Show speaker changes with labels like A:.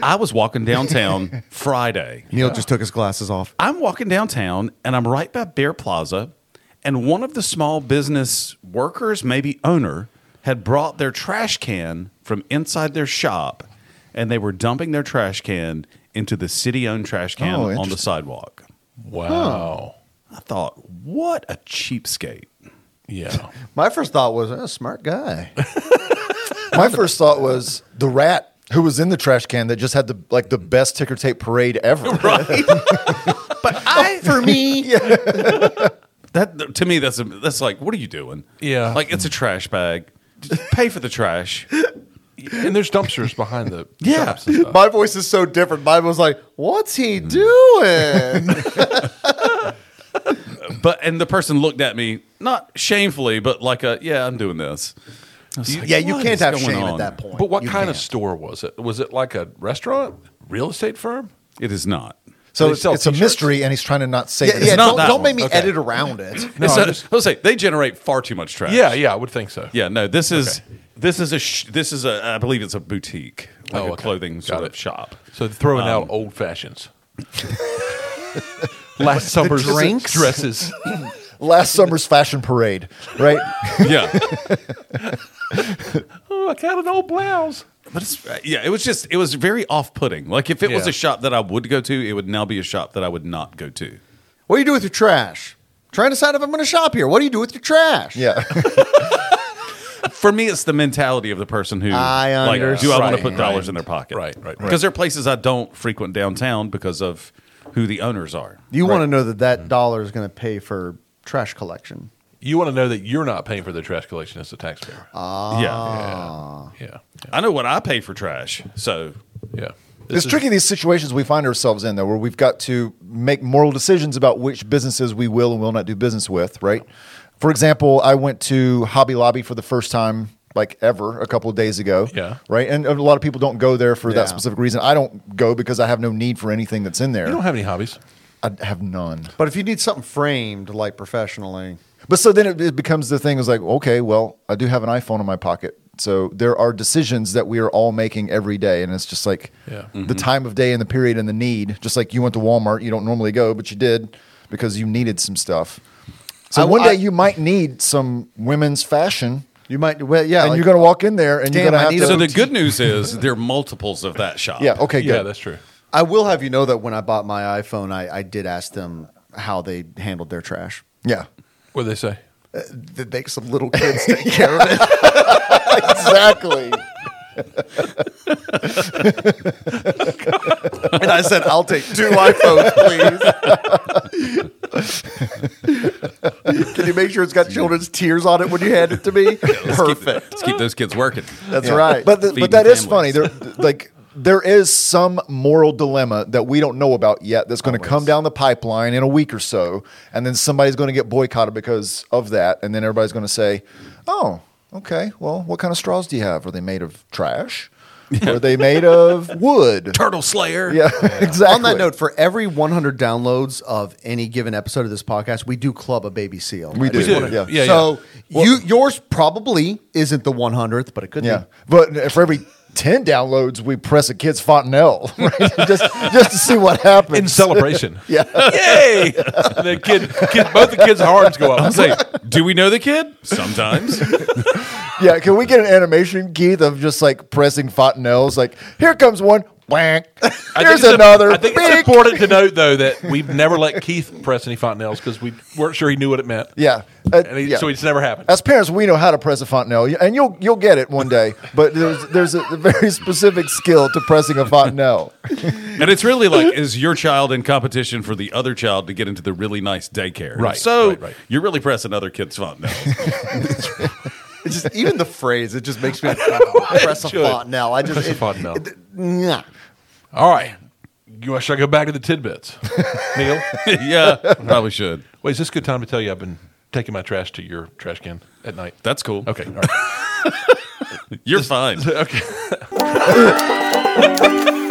A: I was walking downtown Friday.
B: Neil just took his glasses off.
A: I'm walking downtown and I'm right by Bear Plaza, and one of the small business workers, maybe owner, had brought their trash can from inside their shop, and they were dumping their trash can into the city-owned trash can
B: Oh,
A: on the
B: interesting.
A: sidewalk.
C: Wow.
A: I thought, what a cheapskate!
C: Yeah.
D: My first thought was, oh, smart guy. My first thought was the rat who was in the trash can that just had the like the best ticker tape parade ever.
A: Right? but I, for me, that to me, that's a, that's like, what are you doing?
C: Yeah.
A: like it's a trash bag. Just pay for the trash.
C: And there's dumpsters behind the
A: Yeah.
C: shops and stuff.
D: My voice is so different. Mine was like, what's he doing?
A: But and the person looked at me not shamefully, but like a yeah, I'm doing this. I was like,
D: yeah, you
A: what
D: can't
A: is
D: have
A: going
D: shame
A: on?
D: at that point.
C: But what
D: You
C: kind
D: can't.
C: of store was it? Was it like a restaurant, real estate firm?
A: It is not.
D: So
C: They
D: it's,
C: sell
D: it's a
C: t-shirts?
D: mystery, and he's trying to not say. Yeah, that
A: It's
D: yeah
A: not
D: don't,
A: that
D: don't
A: one.
D: make me
C: Okay.
D: edit around it.
A: It's
C: I
A: not-
C: just-
A: I'll say they generate far too much trash.
C: Yeah, yeah, I would think so.
A: yeah. No, this is this is a sh- this is a I believe it's a boutique, like
C: Oh,
A: a
C: okay.
A: clothing
C: Got
A: sort
C: it.
A: of shop.
C: So they're throwing out old fashions. Last summer's
D: drinks?
C: dresses.
D: Last summer's fashion parade, right?
A: Yeah.
C: oh, I got an old blouse.
A: But it's yeah, it was just it was very off-putting. Like if it was
C: Yeah.
A: a shop that I would go to, it would now be a shop that I would not go to.
E: What do you do with your trash? Trying to decide if I'm going to shop here. What do you do with your trash?
D: yeah.
A: For me, it's the mentality of the person who
E: I
A: like, do I want to put
C: understand.
A: dollars in their pocket?
C: Right, right, right.
A: Because there are places I don't frequent downtown because of who the owners are.
E: You want to know that that dollar is going to pay for trash collection.
C: You want to know that you're not paying for the trash collection as a taxpayer.
A: yeah.
C: yeah,
A: I know what I pay for trash. So
C: yeah.
D: it's tricky these situations we find ourselves in though where we've got to make moral decisions about which businesses we will and will not do business with right for example i went to hobby lobby for the first time like ever a couple of days ago
C: Yeah.
D: right and a lot of people don't go there for
E: Yeah.
D: that specific reason i don't go because i have no need for anything that's in there
C: You don't have any hobbies.
D: i have none
E: But if you need something framed, like professionally,
D: but so then it, it becomes the thing is like, okay, well, I do have an iPhone in my pocket. So there are decisions that we are all making every day. And it's just like
C: Yeah.
A: Mm-hmm.
D: the time of day and the period and the need. Just like you went to Walmart, you don't normally go, but you did because you needed some stuff. So
E: I-
D: one day
E: I-
D: you might need some women's fashion.
E: you might. Well, yeah,
D: and
E: like-
D: you're going to walk in there and you're
E: Damn,
D: going
E: I
D: to
E: need
D: have to.
A: so the good news is there are multiples of that shop.
D: yeah. Okay. Good.
C: yeah, that's true.
E: I will have you know that when I bought my iPhone, I, I did ask them how they handled their trash.
D: yeah.
C: What do they say?
E: That makes Uh, some little kids take care of it.
D: Exactly.
E: And I said, I'll take two iPhones, please. Can you make sure it's got children's tears on it when you hand it to me? Perfect.
A: Let's keep those kids working.
E: That's right.
D: But the,
A: Feeding
D: but that is
A: families.
D: funny. There, like there is some moral dilemma that we don't know about yet that's going to come down the pipeline in a week or so, and then somebody's going to get boycotted because of that, and then everybody's going to say, "Oh, okay. Well, what kind of straws do you have? Are they made of trash? Are they made of wood?"
A: Turtle Slayer.
D: Yeah, exactly.
E: On that note, for every 100 downloads of any given episode of this podcast, we do club a baby seal.
D: We
E: I just
D: do,
E: wanna-
D: yeah.
C: Yeah,
E: so
C: yeah.
E: you yours probably isn't the 100th, but it could
D: yeah,
E: be.
D: but for every. 10 downloads, we press a kid's fontanelle right? just, just to see what happens.
C: In celebration.
D: Yeah.
C: Yay! And the kid, kid, both the kids' arms go up.
A: I was like, do we know the kid? Sometimes.
D: Yeah, can we get an animation, Keith, of just like pressing fontanelles? Like, here comes one, whack.
C: I think
D: Here's
C: it's a-
D: another.
C: I think
D: beep.
C: it's important to note, though, that we've never let Keith press any fontanelles because we weren't sure he knew what it meant.
D: yeah. Uh,
C: And he,
D: yeah.
C: So it's never happened.
D: As parents, we know how to press a fontanelle, and you'll you'll get it one day. But there's there's a very specific skill to pressing a fontanelle.
A: And it's really like, is your child in competition for the other child to get into the really nice daycare?
C: Right,
A: So
C: right, right.
A: you're really pressing other kids' fun now.
E: It's just even the phrase, it just makes me press a
C: should.
E: fontanelle. I just
C: Press a
E: it-
C: fontanelle.
E: it- nah.
C: All right. You want, should I go back to the tidbits? Neil?
A: yeah, probably should.
C: Wait, is this a good time to tell you I've been taking my trash to your trash can at night?
A: That's cool.
C: Okay. All right.
A: You're fine.
C: okay.